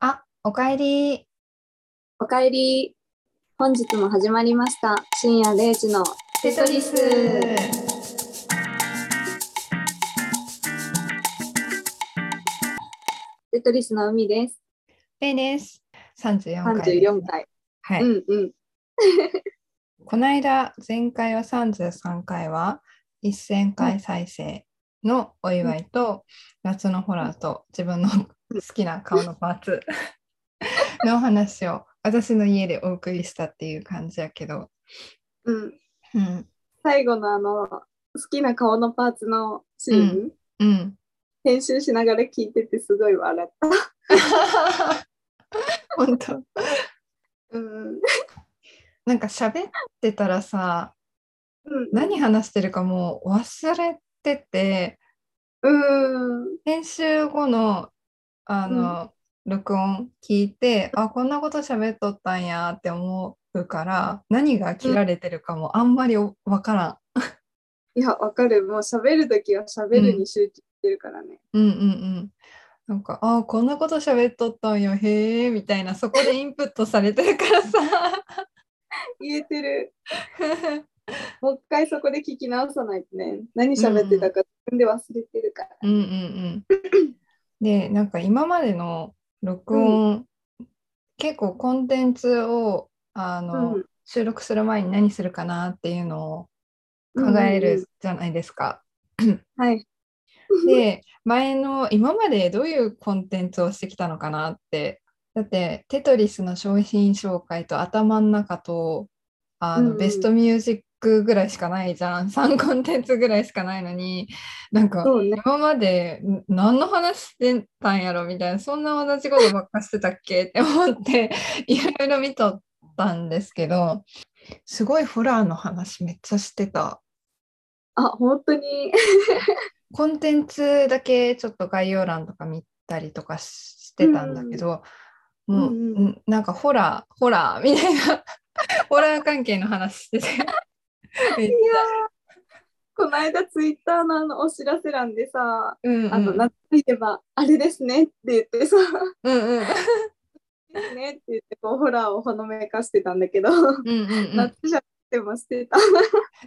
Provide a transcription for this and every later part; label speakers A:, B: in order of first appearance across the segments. A: あ、おかえり。
B: おかえり。本日も始まりました。深夜0時のテトリス。テトリスの海です。
A: ペイです。三十四回。
B: 34回。
A: はい。
B: うんうん。
A: この間、前回は三十三回は一千回再生のお祝いと、夏のホラーと自分の好きな顔のパーツ のお話を私の家でお送りしたっていう感じやけど、
B: うん。
A: うん、
B: 最後のあの、好きな顔のパーツのシーン、
A: うん。
B: 編集しながら聞いててすごい笑った。
A: 本当。
B: うん。
A: なんか喋ってたらさ、
B: うん
A: 何話してるかもう忘れてて
B: うん。
A: 編集後のあの、録音聞いてあこんなこと喋っとったんやって思うから何が切られてるかもあんまりおわから
B: いや、わかる。もう喋るときは喋るに集中してるからね。
A: ん。うんうんうんなんかあこんなこと喋っとったんやへえみたいなそこでインプットされてるから さ
B: 言えてる。もう一回そこで聞き直さないとね、何喋ってたか自分で忘れてるから。
A: うんうんうん。で、なんか今までの録音、結構コンテンツをあの、
B: うん
A: 収録する前に何するかなっていうのを考え
B: うんうんうん
A: るじゃないですか。
B: はい。
A: で、前の今までどういうコンテンツをしてきたのかなって。だって、テトリスの商品紹介と頭の中とあの、
B: うんうん
A: ベストミュージックぐらいしかないじゃん。3コンテンツぐらいしかないのに、なんか
B: そうね。
A: 今までん何の話してたんやろみたいなそんな同じことばっかしてたっけ って思っていろいろ見とったんですけどすごいホラーの話めっちゃしてた
B: あ、本当に。
A: コンテンツだけちょっと概要欄とか見たりとかしてたんだけど、
B: ん
A: もう、
B: うんうん
A: うんなんかホラーホラーみたいなホラー関係の話しててめっちゃ
B: この間ツイッターのあのお知らせ欄でさ、
A: うんうん
B: あの、夏といえば、あれですねって言ってさ、
A: うんうん
B: ですねって言って、こう、ホラーをほのめかしてたんだけど、
A: うんうんうん
B: 夏じゃなくてもしてた。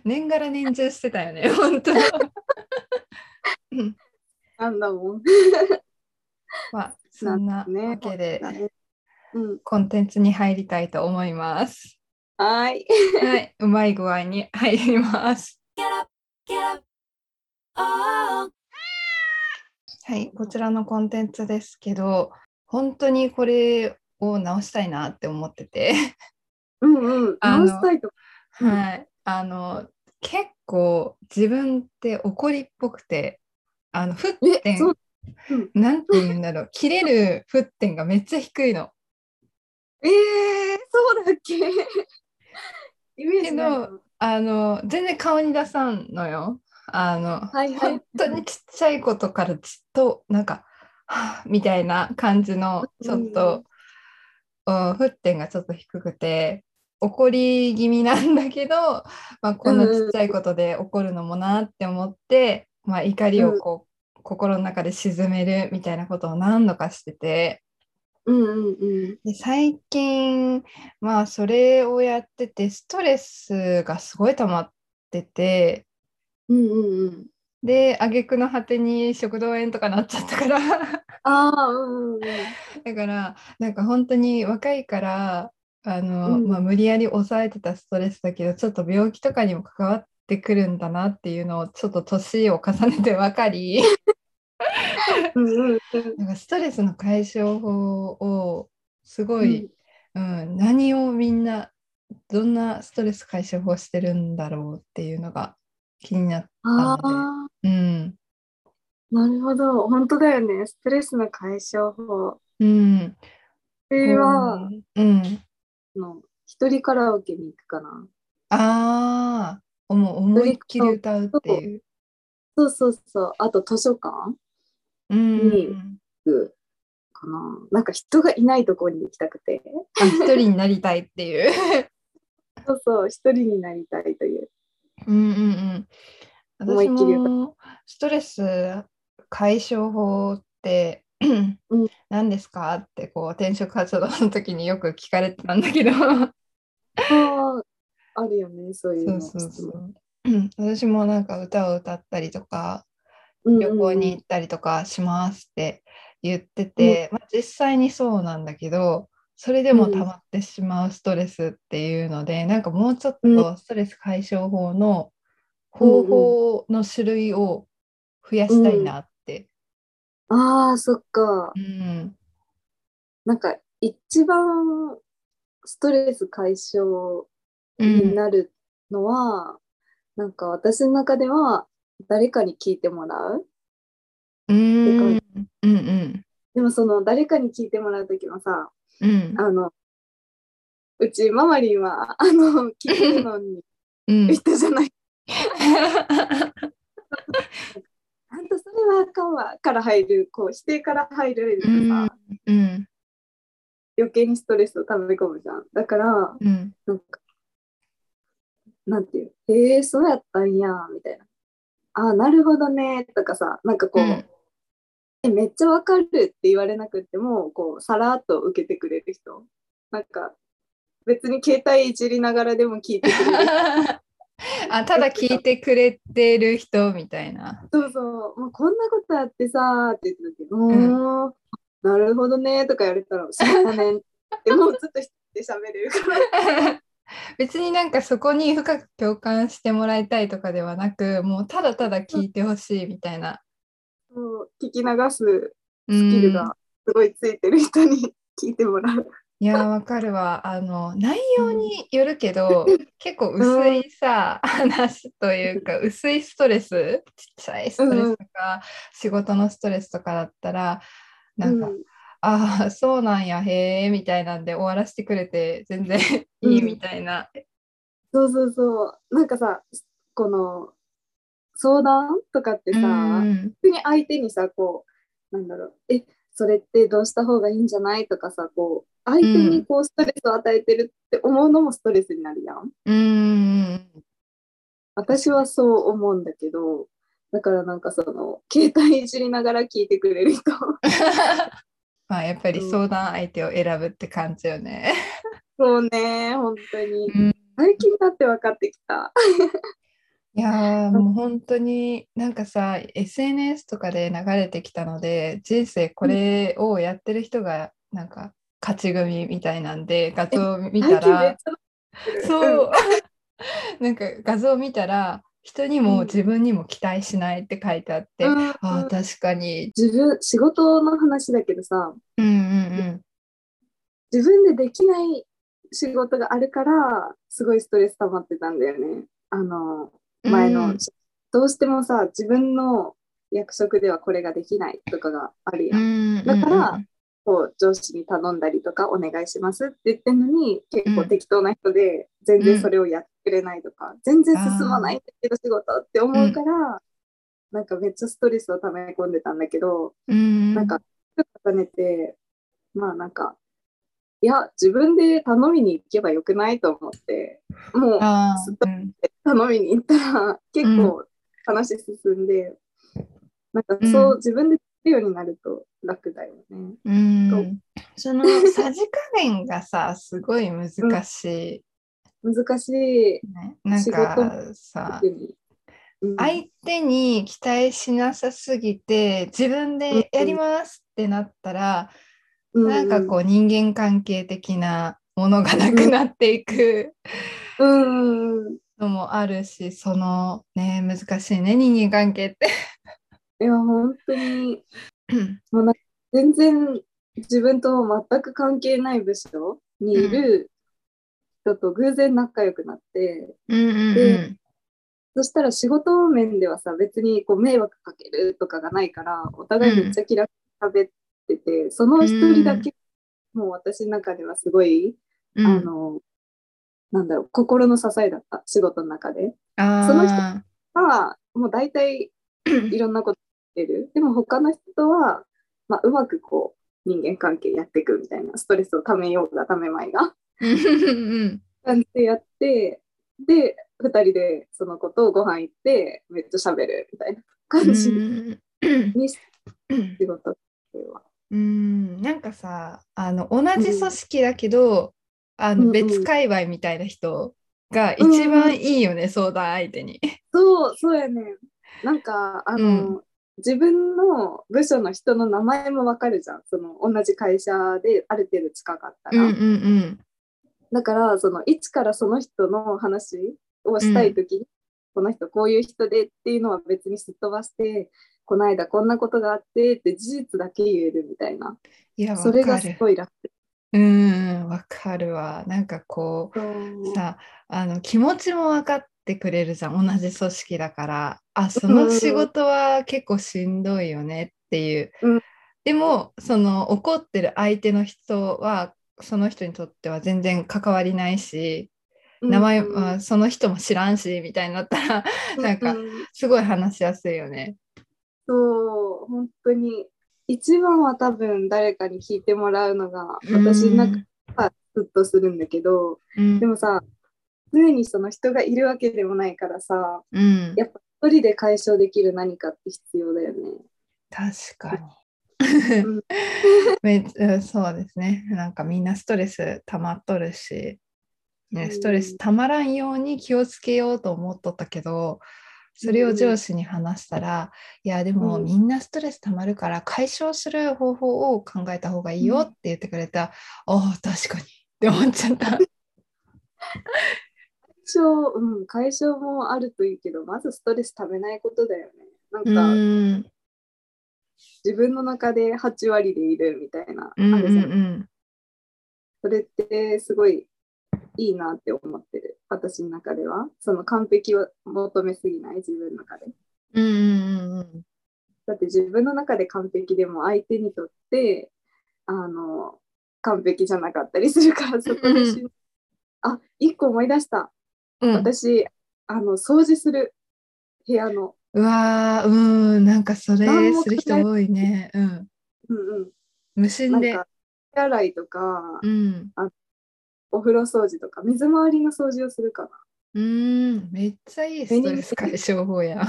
A: 年がら年中してたよね、 本当。うん
B: なんだもん。
A: まあ、そんな
B: ね
A: わけで、
B: うん。
A: コンテンツに入りたいと思います。
B: はーい。
A: はい、うまい具合に入ります。はい、こちらのコンテンツですけど、本当にこれを直したいなって思ってて、
B: うんうん。
A: あの
B: 直したいと。うん
A: はい、 あの結構自分って怒りっぽくて、あの沸
B: え、
A: 点
B: そう。
A: なんて言うんだろう、切れる沸点がめっちゃ低いの。
B: えー、そうだっけイメージないな
A: けあの全然顔に出さんのよ。あの、
B: はいはい
A: 本当にちっちゃいことからずっとなんかはぁみたいな感じのちょっと、うん、沸点がちょっと低くて怒り気味なんだけど、まあ、こんなちっちゃいことで怒るのもなって思って、まあ、怒りをこう、心の中で沈めるみたいなことを何度かしてて。
B: うんうんうん。
A: で最近まあそれをやっててストレスがすごい溜まってて
B: うんうんうん。
A: で挙句の果てに食道炎とかなっちゃったから
B: ああ、うんうんうん。
A: だからなんか本当に若いからあの、
B: うん
A: まあ、無理やり抑えてたストレスだけどちょっと病気とかにも関わってくるんだなっていうのをちょっと年を重ねて分かり
B: うんうんうん。
A: なんかストレスの解消法をすごい、
B: うん
A: うん、何をみんなどんなストレス解消法してるんだろうっていうのが気になっ
B: あ
A: な
B: あ、
A: うん
B: なるほど。本当だよね。ストレスの解消法。
A: うん
B: それは、
A: うん
B: あの一人カラオケに行くかな。
A: ああもう思いっきり歌うっていう
B: そうそうそう。あと図書館
A: うん
B: に行くかな。なんか人がいないところに行きたくて。
A: あ一人になりたいっていう
B: そうそう。一人になりたいという。
A: うんうんうん
B: 思い
A: 私
B: っきり歌う
A: もストレス解消法って
B: うん
A: 何ですか?」ってこう転職活動の時によく聞かれてたんだけど
B: ああ、あるよね、そういう
A: そう
B: の。
A: そうそう、うん、私もなんか歌を歌ったりとか
B: うん
A: 旅行に行ったりとかしますって言ってて、まあ、実際にそうなんだけどそれでも溜まってしまうストレスっていうので、なんかもうちょっとストレス解消法の方法の種類を増やしたいなって、
B: ああ、そっか。
A: うん
B: なんか、一番ストレス解消
A: うん
B: になるのは、なんか私の中では、誰かに聞いてもらう。
A: うんうん
B: でもその誰かに聞いてもらうときもさ、
A: うん
B: あの、うちママリンは、あの、聞くのに
A: うん
B: 人じゃない。あんたそれはあかんわから入る、こう、否定から入られるとさ、
A: うんうん
B: 余計にストレスを溜め込むじゃん。だから、
A: うん
B: なんか、なんていう、へえ、そうやったんや、みたいな。ああ、なるほどね、とかさ、なんかこう、
A: うん
B: え、めっちゃわかるって言われなくても、こう、さらっと受けてくれる人。なんか、別に携帯いじりながらでも聞い てくれる。
A: あただ聞いてくれてる人みたいな。
B: そうそう、もうこんなことあってさ、って言ってたけど、
A: ん
B: うーんなるほどね、とか言われたら、そうだ ねって、もうずっと一人で喋れるから。
A: 別になんかそこに深く共感してもらいたいとかではなくもうただただ聞いてほしいみたいな
B: そう聞き流す
A: ス
B: スキルがすごいついてる人に 聞いてもらう。
A: いやーわかるわあの内容によるけど、結構薄いさ、話というか薄いストレスちっちゃいストレスとか、仕事のストレスとかだったらなんか、
B: うん
A: ああそうなんやへえみたいなんで終わらせてくれて全然いいみたいな。
B: そうそうそう。なんかさ、この相談とかってさ、
A: うん
B: 普通に相手にさ、こう、なんだろう、え、それってどうした方がいいんじゃないとかさ、こう、相手にこうストレスを与えてるって思うのもストレスになるやん。
A: うん
B: 私はそう思うんだけど、だからなんかその、携帯いじりながら聞いてくれる人。
A: まあやっぱり相談相手を選ぶって感じよね。
B: そうね、本当に。
A: うん
B: 最近だって分かってきた。
A: いやーもう本当になんかさ SNS とかで流れてきたので人生これをやってる人がなんか勝ち組みたいなんで画像を見た
B: 最近めっ
A: ら
B: ちゃ分かってる
A: そう なんか画像を見たら人にも自分にも期待しないって書いてあって、
B: うん
A: ああ確かに
B: 自分仕事の話だけどさ
A: うんうん
B: 自分でできない仕事があるからすごいストレス溜まってたんだよねあの
A: うん
B: 前の、
A: うん
B: どうしてもさ自分の役職ではこれができないとかがあるやん、
A: うん
B: だからこう上司に頼んだりとかお願いしますって言ってんのに結構適当な人で全然それをやってくれないとか、全然進まないんだけど仕事って思うから、なんかめっちゃストレスを溜め込んでたんだけど、
A: うん
B: なんか、重ねて、まあなんか、いや、自分で頼みに行けばよくないと思って、もう
A: あ
B: ずっ
A: ーうん
B: 頼みに行ったら、結構話進んで、なんかそう、
A: うん
B: 自分でできるようになると楽だよね。
A: うんそ のさじ加減がさすごい難し
B: 難しい、
A: い、ねなんかさ
B: 特に。うん
A: 相手に期待しなさすぎて自分でやりますってなったら、なんかこう人間関係的なものがなくなっていく
B: う、うんうん、
A: のもあるしそのね難しいね人間関係って。
B: いや、本当に、全然自分と全く関係ない部署にいる人と偶然仲良くなって、
A: うんうん
B: そしたら仕事面ではさ、別にこう迷惑かけるとかがないから、お互いめっちゃ気楽に喋ってて、その一人だけ、もう私の中ではすごい、
A: うん、
B: あの、なんだろう、心の支えだった、仕事の中で。
A: あー
B: その人まあ、もう大体いろんなこと言ってる。でも他の人とは、まあ、うまくこう、人間関係やっていくみたいな、ストレスをためようがためまいが。
A: うん
B: 感じでやって、で、二人でそのことをご飯行って、めっちゃ喋るみたいな
A: うん
B: 感じ
A: うん
B: にして仕事っていうのは。
A: うんなんかさあの同じ組織だけど、あ
B: うんう
A: の
B: ん
A: 別界隈みたいな人が一番いいよね、相談相手に。
B: そう、そうやねん。なんか、あの、
A: うん
B: 自分の部署の人の名前もわかるじゃん。その、同じ会社である程度近かった
A: うん
B: ら。
A: うんうん
B: だから、その、一からその人の話をしたいときに、この人こういう人でっていうのは別にすっ飛ばして、この間こんなことがあってって事実だけ言えるみたいな。
A: いやわ
B: それが
A: か
B: す
A: る。
B: ごい楽。
A: うんわかるわ。なんかこ
B: そう
A: うさあの気持ちも分かってくれるじゃん同じ組織だからあその仕事は結構しんどいよねっていう。
B: うん
A: でもその怒ってる相手の人はその人にとっては全然関わりないし名前、
B: うん
A: はその人も知らんしみたいになったら なんか
B: う
A: すごい話しやすいよね。
B: そう、本当に。一番は多分誰かに聞いてもらうのが私の中ではずっとするんだけど、
A: うん
B: でもさ、常にその人がいるわけでもないからさ、
A: うん
B: やっぱ一人で解消できる何かって必要だよね。
A: 確かに
B: うん。
A: めうんそうですねなんかみんなストレス溜まっとるし、
B: う
A: ね、
B: ん
A: ストレス溜まらんように気をつけようと思っとったけどそれを上司に話したら「いやでも
B: うん
A: みんなストレス溜まるから解消する方法を考えた方がいいよ」って言ってくれた「ああ確かに」って思っちゃった。
B: 解消、うん、解消もあるといいけど、まずストレス溜めないことだよね。なんか、
A: うん
B: 自分の中で8割でいるみたいな、
A: うんうん
B: あれじゃん
A: うん、
B: それってすごいいいなって思ってる。私の中では。その完璧を求めすぎない、自分の中で。
A: うんうんうん
B: だって自分の中で完璧でも相手にとってあの完璧じゃなかったりするからそこでし
A: う
B: あ一個思い出した
A: うんうん
B: 私あの掃除する部屋の、
A: うわーうんなんかそれ
B: 何も
A: する人多いね、うん、
B: うん
A: 無
B: うん、
A: 心
B: なん
A: で
B: か手洗いとか
A: うん
B: お風呂掃除とか水回りの掃除をするかな
A: うーんめっちゃいいストレス解消法や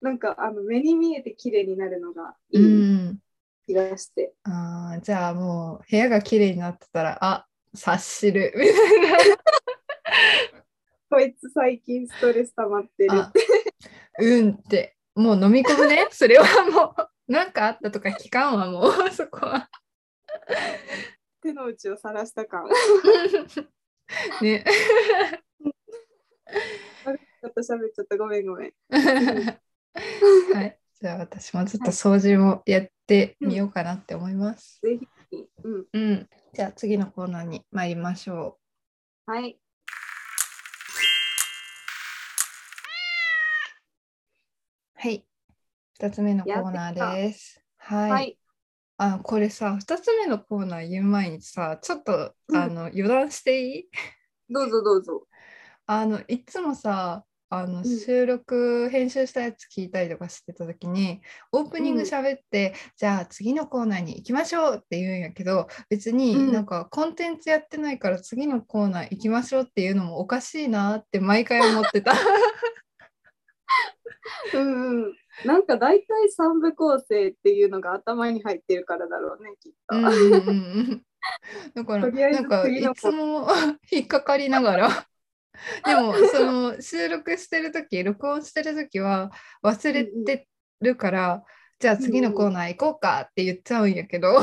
B: なんかあの目に見えて綺麗になるのが
A: う
B: いい
A: ん
B: 気がして、
A: あーじゃあもう部屋が綺麗になってたらあ察し るみたい
B: こいつ最近ストレス溜まってる
A: なあうんってもう飲み込むねそれはもうなんかあったとか聞かんわもう そこは
B: 手の内を晒した感
A: ね
B: ちょっと喋っちゃったごめんごめん
A: はいじゃあ私もちょっと掃除もやってみようかなって思います、
B: ぜひうん
A: うん、じゃあ次のコーナーに参りましょ
B: はい
A: うん。はい、二つ目のコーナーです。はい、
B: はい。
A: あ、これさ、二つ目のコーナー言う前にさ、ちょっと
B: うん
A: あの余談していい？
B: どうぞどうぞ。
A: あのいつもさ、あの
B: ん
A: 収録編集したやつ聞いたりとかしてた時に、オープニング喋って、じゃあ次のコーナーに行きましょうって言うんやけど、別
B: うん
A: になんかコンテンツやってないから次のコーナー行きましょうっていうのもおかしいなって毎回思ってた。
B: うんうん。なんか大体三部構成っていうのが頭に入ってるからだろうね、きっと。
A: うんうんうんうんだから
B: とりあえず
A: なんか
B: 次
A: い
B: の
A: つも 引っかかりながらでもその収録してる時録音してる時は忘れてるから、じゃあ次のコーナー行こうかって言っちゃうんやけど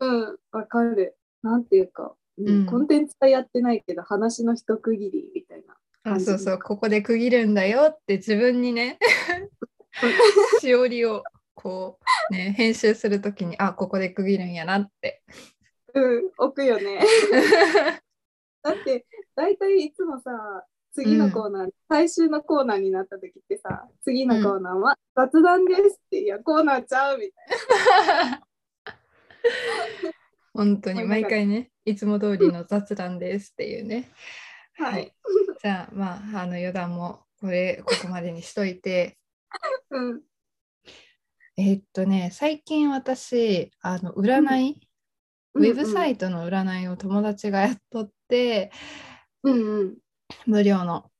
B: うん、わかる。なんていうか、うん
A: うん
B: コンテンツはやってないけど、話の一区切りみたいな。
A: あそうそうここで区切るんだよって自分にねしおりをこうね編集する時にあここで区切るんやなって。
B: うん、置くよ ね。だって、大体いつもさ、次のコーナー、最終のコーナーになった時ってさ、次のコーナーは雑談ですって、いや、コーナーちゃうみたい
A: 本当に毎回ねいつも通りの雑談ですっていうね
B: な。
A: はい。 じゃあまああの余談もこれここまでにしといて
B: うん。
A: えーっとね最近私あの占い、ウェブサ
B: イ
A: イトの占いを友達がやっとって
B: ト。うん
A: 無料の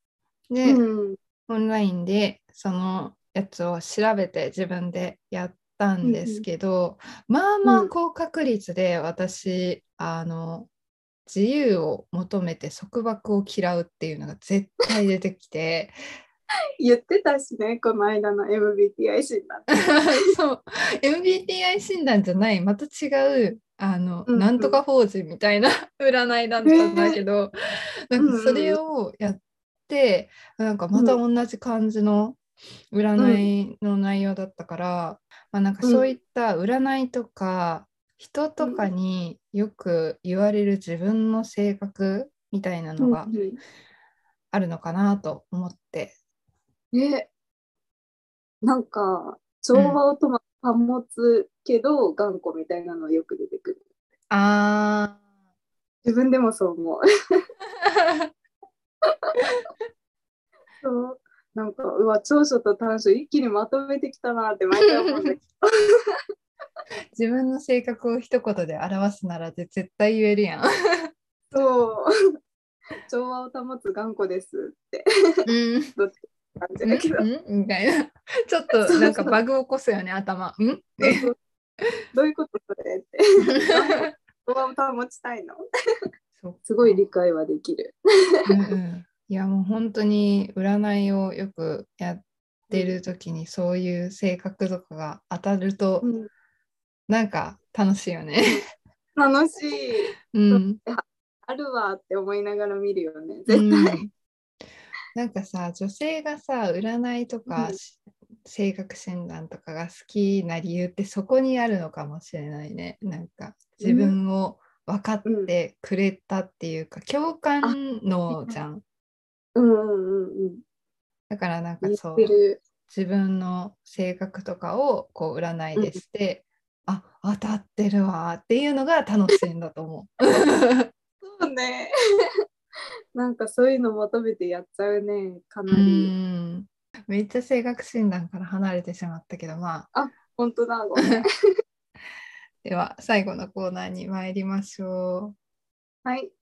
B: う
A: で、
B: ん。うん。
A: オンラインでそのやつを調べて自分でやったんですけど、まあまあ高確率で私、あの自由を求めて束縛を嫌うっていうのが絶対出てきて
B: 言ってたしね、この間の MBTI 診断。
A: そう MBTI 診断じゃないまた違うあの、
B: うんうん
A: なんとか法人みたいな 占いだったんだけど、なんかそれをやってなんかまた同じ感じの占いの内容だったから、まあ、なんかそういった占いとか人とかによく言われる自分の性格みたいなのがあるのかなと思って
B: え、なんか、調和をとも保つけど、頑固みたいなのよく出てくる。
A: あ
B: 自分でもそう思う。
A: ー
B: そうなんか、うわ、長所と短所一気にまとめてきたなって毎回思うんだけど。
A: 自分の性格を一言で表すならで絶対言えるやん。
B: そう。調和を保つ頑固ですって
A: うん
B: 感じだけど。
A: んみたい な。ちょっとなんかバグ起こすよね、頭。んっ
B: そう
A: て。
B: そう どういうことそれって。調和を保ちたいの。
A: そう
B: すごい理解はできる。
A: うんうんいやもう本当に占いをよくやってる時にそういう性格とかが当たると
B: うん
A: なんか楽しいよね。
B: 楽しい。
A: うん、
B: あるわって思いながら見るよね。
A: う
B: 絶
A: ん
B: 対。
A: なんかさ女性がさ占いとか、
B: うん
A: 性格診断とかが好きな理由ってそこにあるのかもしれないね。なんか自分を分かってくれたっていうか、共感のじゃん。
B: うんうんうんうん。
A: だからなんか
B: 言
A: そう
B: ってる。
A: 自分の性格とかをこう占いでして、あ当たってるわーっていうのが楽しいんだと思う。
B: そうね。 なんかそういうの求めてやっち ゃうね。か
A: う
B: なり。
A: んめっちゃ性格診断から離れてしまったけどまあ
B: 本当だ。 ごめん
A: では最後のコーナーに参りましょう。
B: はい。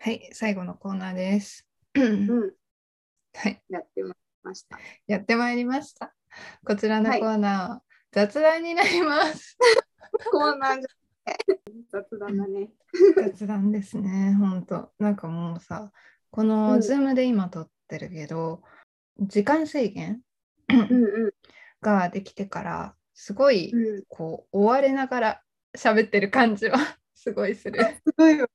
A: はい最後のコーナーです。
B: うん。
A: はい
B: やってました。
A: やってまいりました。こちらのコーナーは、雑談になり ます。
B: コーナーじゃなくて雑談だね。
A: 雑談ですね本当なんかもうさこの
B: うん
A: Zoom で今撮ってるけど、時間制限
B: うんうん
A: ができてからすごい
B: うん。
A: こう追われながら喋ってる感じは すごいする。
B: すごいよ。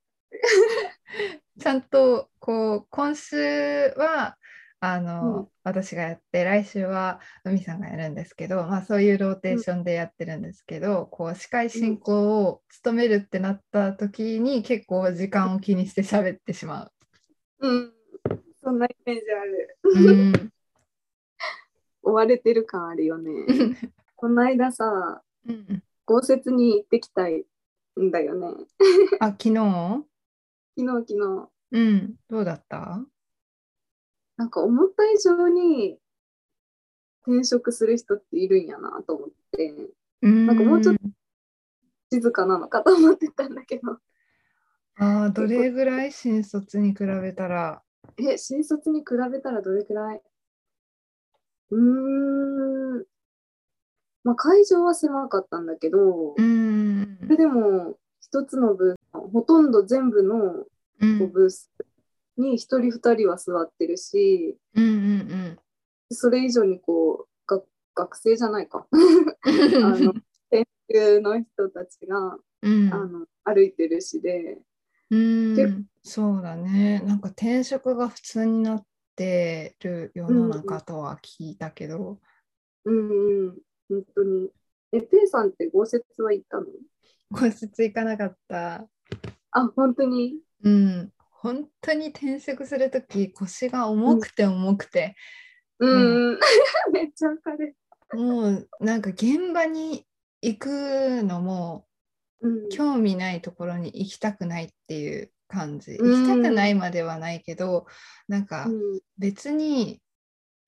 A: ちゃんとこう今週はあの、
B: うん
A: 私がやって来週は海さんがやるんですけど、まあ、そういうローテーションでやってるんですけど、こう司会進行を務めるってなった時に結構時間を気にして喋ってしまう。
B: うん。そんなイメージある。
A: うん
B: 追われてる感ある よね。この間さ、
A: うん
B: 豪雪に行ってきたいんだよね。
A: あ昨日
B: 昨日昨日。
A: うんどうだった
B: なんか思った以上に転職する人っているんやなと思って、
A: なん
B: かもうちょっ
A: と
B: 静かなのかと思ってたんだけど、
A: あーどれぐらい新卒に比べたら
B: え、新卒に比べたらどれくらいうーん、まあ会場は狭かったんだけど、
A: うん
B: それでも一つのブース、ほとんど全部の
A: うんう
B: こうんブースに一人二人は座ってるし、
A: うん
B: それ以上にこう、が学生じゃないか。あ
A: う
B: の、
A: ん
B: 研究の人たちが、
A: うん
B: あの歩いてるしで、
A: うんそうだねなんか転職が普通になってる世の中とは聞いたけど、
B: うんうん、本当に。え、ペイさんって豪雪は行ったの
A: これ説いかなかった
B: あ、本当に。
A: うん本当に転職するとき腰が重くて重くて、
B: うん、うん、 めっちゃわかる。
A: もうなんか現場に行くのも
B: うん、
A: 興味ないところに行きたくないっていう感じ
B: うん
A: 行きたくないまではないけどなんか
B: うん
A: 別に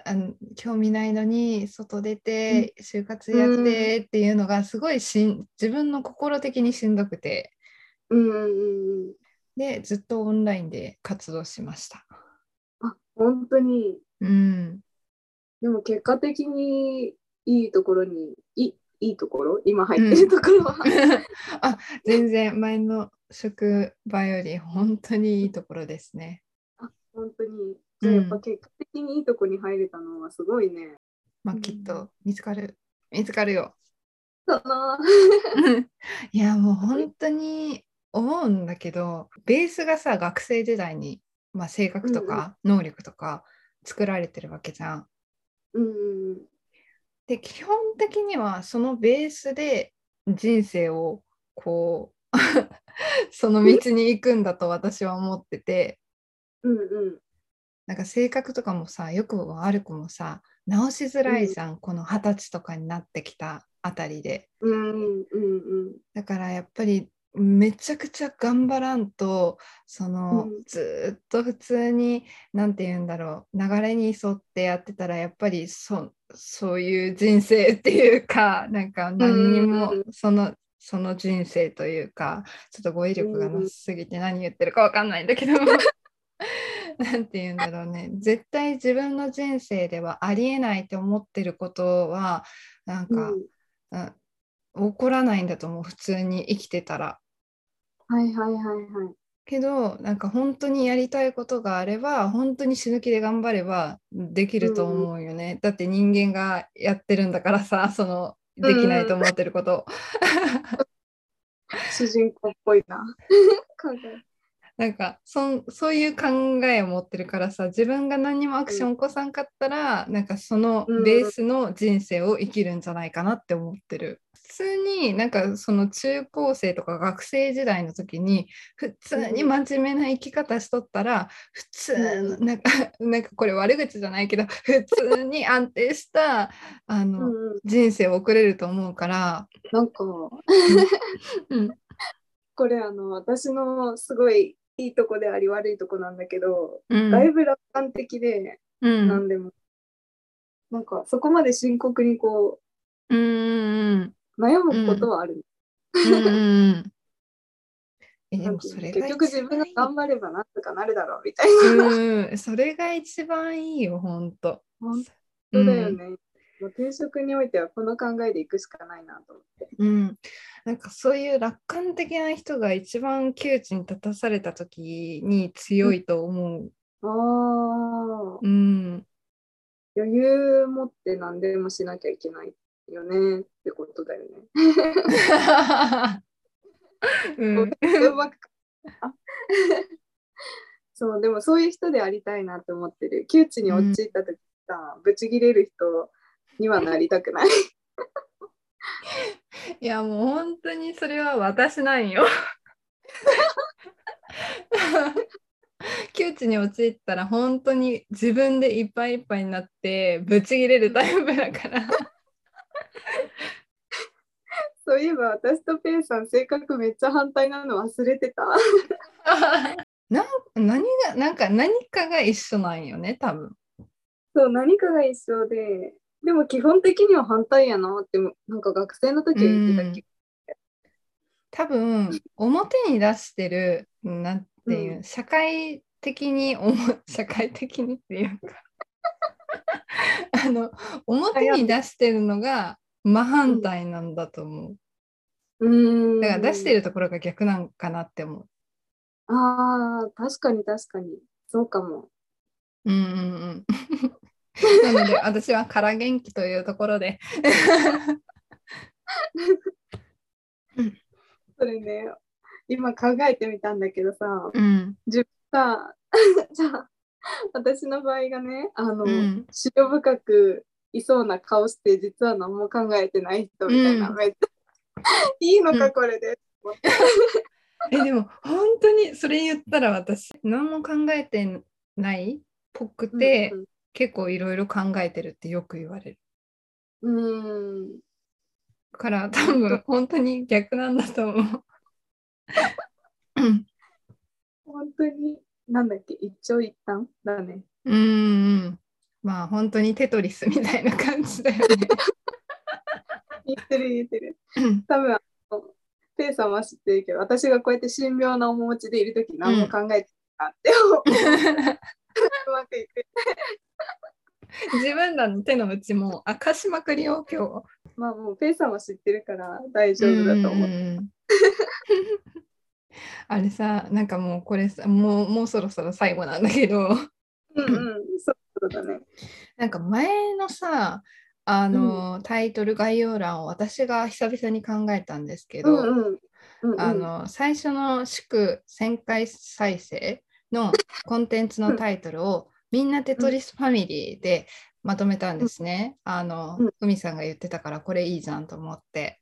A: あの興味ないのに外出て就活やってっていうのがすごいしん自分の心的にしんどくて
B: うんうんうん。
A: でずっとオンラインで活動しました。
B: あ、本当に。
A: うん。
B: でも結果的にいいところに、いいいところ今入ってるところは、
A: あ、全然前の職場より本当にいいところですね。
B: 本当に。じゃあやっぱ結果的にいいとこに入れたのはすごいね。
A: まあ
B: うん
A: きっと見つかる、見つかるよ。
B: だな。
A: いやもう本当に思うんだけどベースがさ学生時代に、まあ、性格とか能力とか作られてるわけじゃん。
B: うんうんうん。
A: で基本的にはそのベースで人生をこう その道に行くんだと私は思ってて
B: うんうん。
A: なんか性格とかもさよくも悪くもさ直しづらいじゃん、この二十歳とかになってきたあたりで。
B: うんうんうん。
A: だからやっぱりめちゃくちゃ頑張らんとその、
B: うん
A: ずーっと普通に何て言うんだろう流れに沿ってやってたらやっぱりそそういう人生っていうかなんか何にも
B: うん
A: そのその人生というかちょっと語彙力がなさすぎて何言ってるかわかんないんだけど なんて言うんだろうね絶対自分の人生ではありえないと思ってることはなんか、
B: うん
A: うん怒らないんだと思う普通に生きてたら。
B: はいはいはいはい。
A: けどなんか本当にやりたいことがあれば本当に死ぬ気で頑張ればできると思うよね、だって人間がやってるんだからさそのできないと思ってること、
B: 主人公っぽいな。考え
A: なんかそんそういう考えを持ってるからさ自分が何にもアクション起こさんかったら、なんかそのベースの人生を生きるんじゃないかなって思ってる。普通になんかその中高生とか学生時代の時に普通に真面目な生き方しとったら普通の
B: う
A: なんか なんかこれ悪口じゃないけど普通に安定したあ
B: う
A: の
B: んうん、
A: 人生を送れると思うから。
B: なんか
A: うん
B: これあの私のすごいいいとこであり悪いとこなんだけど、
A: うん
B: だいぶ楽観的で、
A: うん
B: なんでもなんかそこまで深刻にこ
A: うんうんうん
B: う悩むことはある、
A: うんえで
B: なん
A: も
B: ていう
A: そ
B: の
A: れ
B: 結
A: が
B: 局自分が
A: 一番
B: 頑張ればなんとかなるだろうみたい
A: いいうんそれが一番いいよほんと
B: な本当だよね、もう転職においてはこの考えでいくしかないなと思って
A: うん、うんなんかそういう楽観的な人が一番窮地に立たされた時に強いと思う
B: あ
A: う
B: あ
A: ん
B: 余裕持って何でもしなきゃいけないよねってことだよね
A: うん
B: うまくあ そうでもそういう人でありたいなって思ってる窮地に陥った時さ、ぶち切れる人にはなりたくない
A: いやもう本当にそれは私なんよ。 窮地に陥ったら本当に自分でいっぱいいっぱいになってぶち切れるタイプだから。
B: そういえば私とペイさん性格めっちゃ反対なの忘れてた
A: なん何がなんか何かが一緒なんよね多分。
B: そう何かが一緒ででも基本的には反対やなってなんか学生の時は言ってたっけ、
A: 多分表に出してるなんていう、社会的におも 社会的にっていうか あの表に出してるのが真反対なんだと思う
B: うーん
A: だから出してるところが逆なんかなって思う
B: あー確かに確かにそうかも
A: うんうんうん なので私は空元気というところで
B: それね今考えてみたんだけどさ、
A: うん
B: さ あじゃあ私の場合がねあの、
A: うん
B: 資料深くいそうな顔して実は何も考えてない人みたいな、
A: うん
B: めっちゃ いいの
A: う
B: か
A: ん
B: これで、
A: えでも本当にそれ言ったら私何も考えてないっぽくて、
B: うん
A: 結構いろいろ考えてるってよく言われる
B: うんうん
A: から多分本当に逆なんだと 思う。うん
B: 本当になんだっけ一長一短だね
A: うんうんまあ本当にテトリスみたいな感じだよね。
B: 言ってる言ってる
A: うん
B: 多分あのペイさんは知ってるけど私がこうやって神妙な面持ちでい る時何も考えてなかったって、ううまくいく
A: 自分らの手の内も明かしまくりよ今日
B: まあもうペイさんは知ってるから大丈夫だと思う。
A: んあれさなんかもうこれさもうもうそろそろ最後なんだけど
B: うんうん、そうだね。
A: なんか前のさあの、タイトル概要欄を私が久々に考えたんですけ
B: う
A: ど、
B: んうん。うんうん
A: あ、の最初の祝1000回再生のコンテンツのタイトルを「みんなテトリスファミリー」でまとめたんですね。あの
B: うん
A: 海さんが言ってたからこれいいじゃんと思って。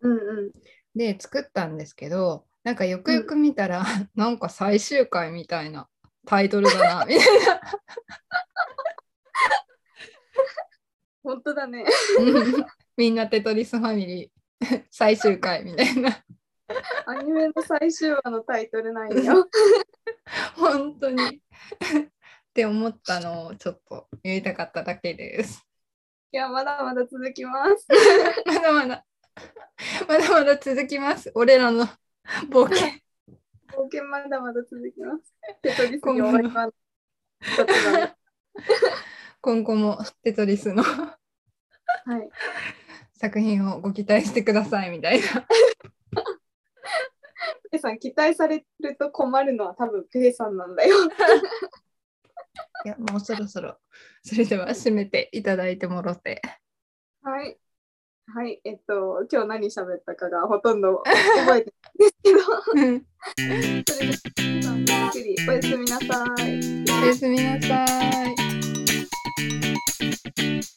B: うんうん。
A: で作ったんですけどなんかよくよく見たら、なんか最終回みたいなタイトルだなみたい
B: 本当だね。
A: な うん「みんなテトリスファミリー最終回」みたいな
B: アニメの最終話のタイトルなん よ。
A: 本当にって思ったのをちょっと言いたかっただけです。
B: いや、まだまだ続きます。
A: まだまだ、まだまだ続きます。俺らの冒険。
B: 冒険まだまだ続きます。テトリスに終わりは ちょっとだね
A: 今後もテトリスの
B: はい。
A: 作品をご期待してくださいみたいな。
B: ペイさん、期待されると困るのは多分ペイさんなんだよ。
A: いや、もうそろそろ。それでは締めていただいてもろて。
B: はい。はい。えっと、今日何喋ったかがほとんど覚えてない んです
A: うん
B: けど、それではペイさんごゆっくりおやすみなさい。
A: おやすみなさい。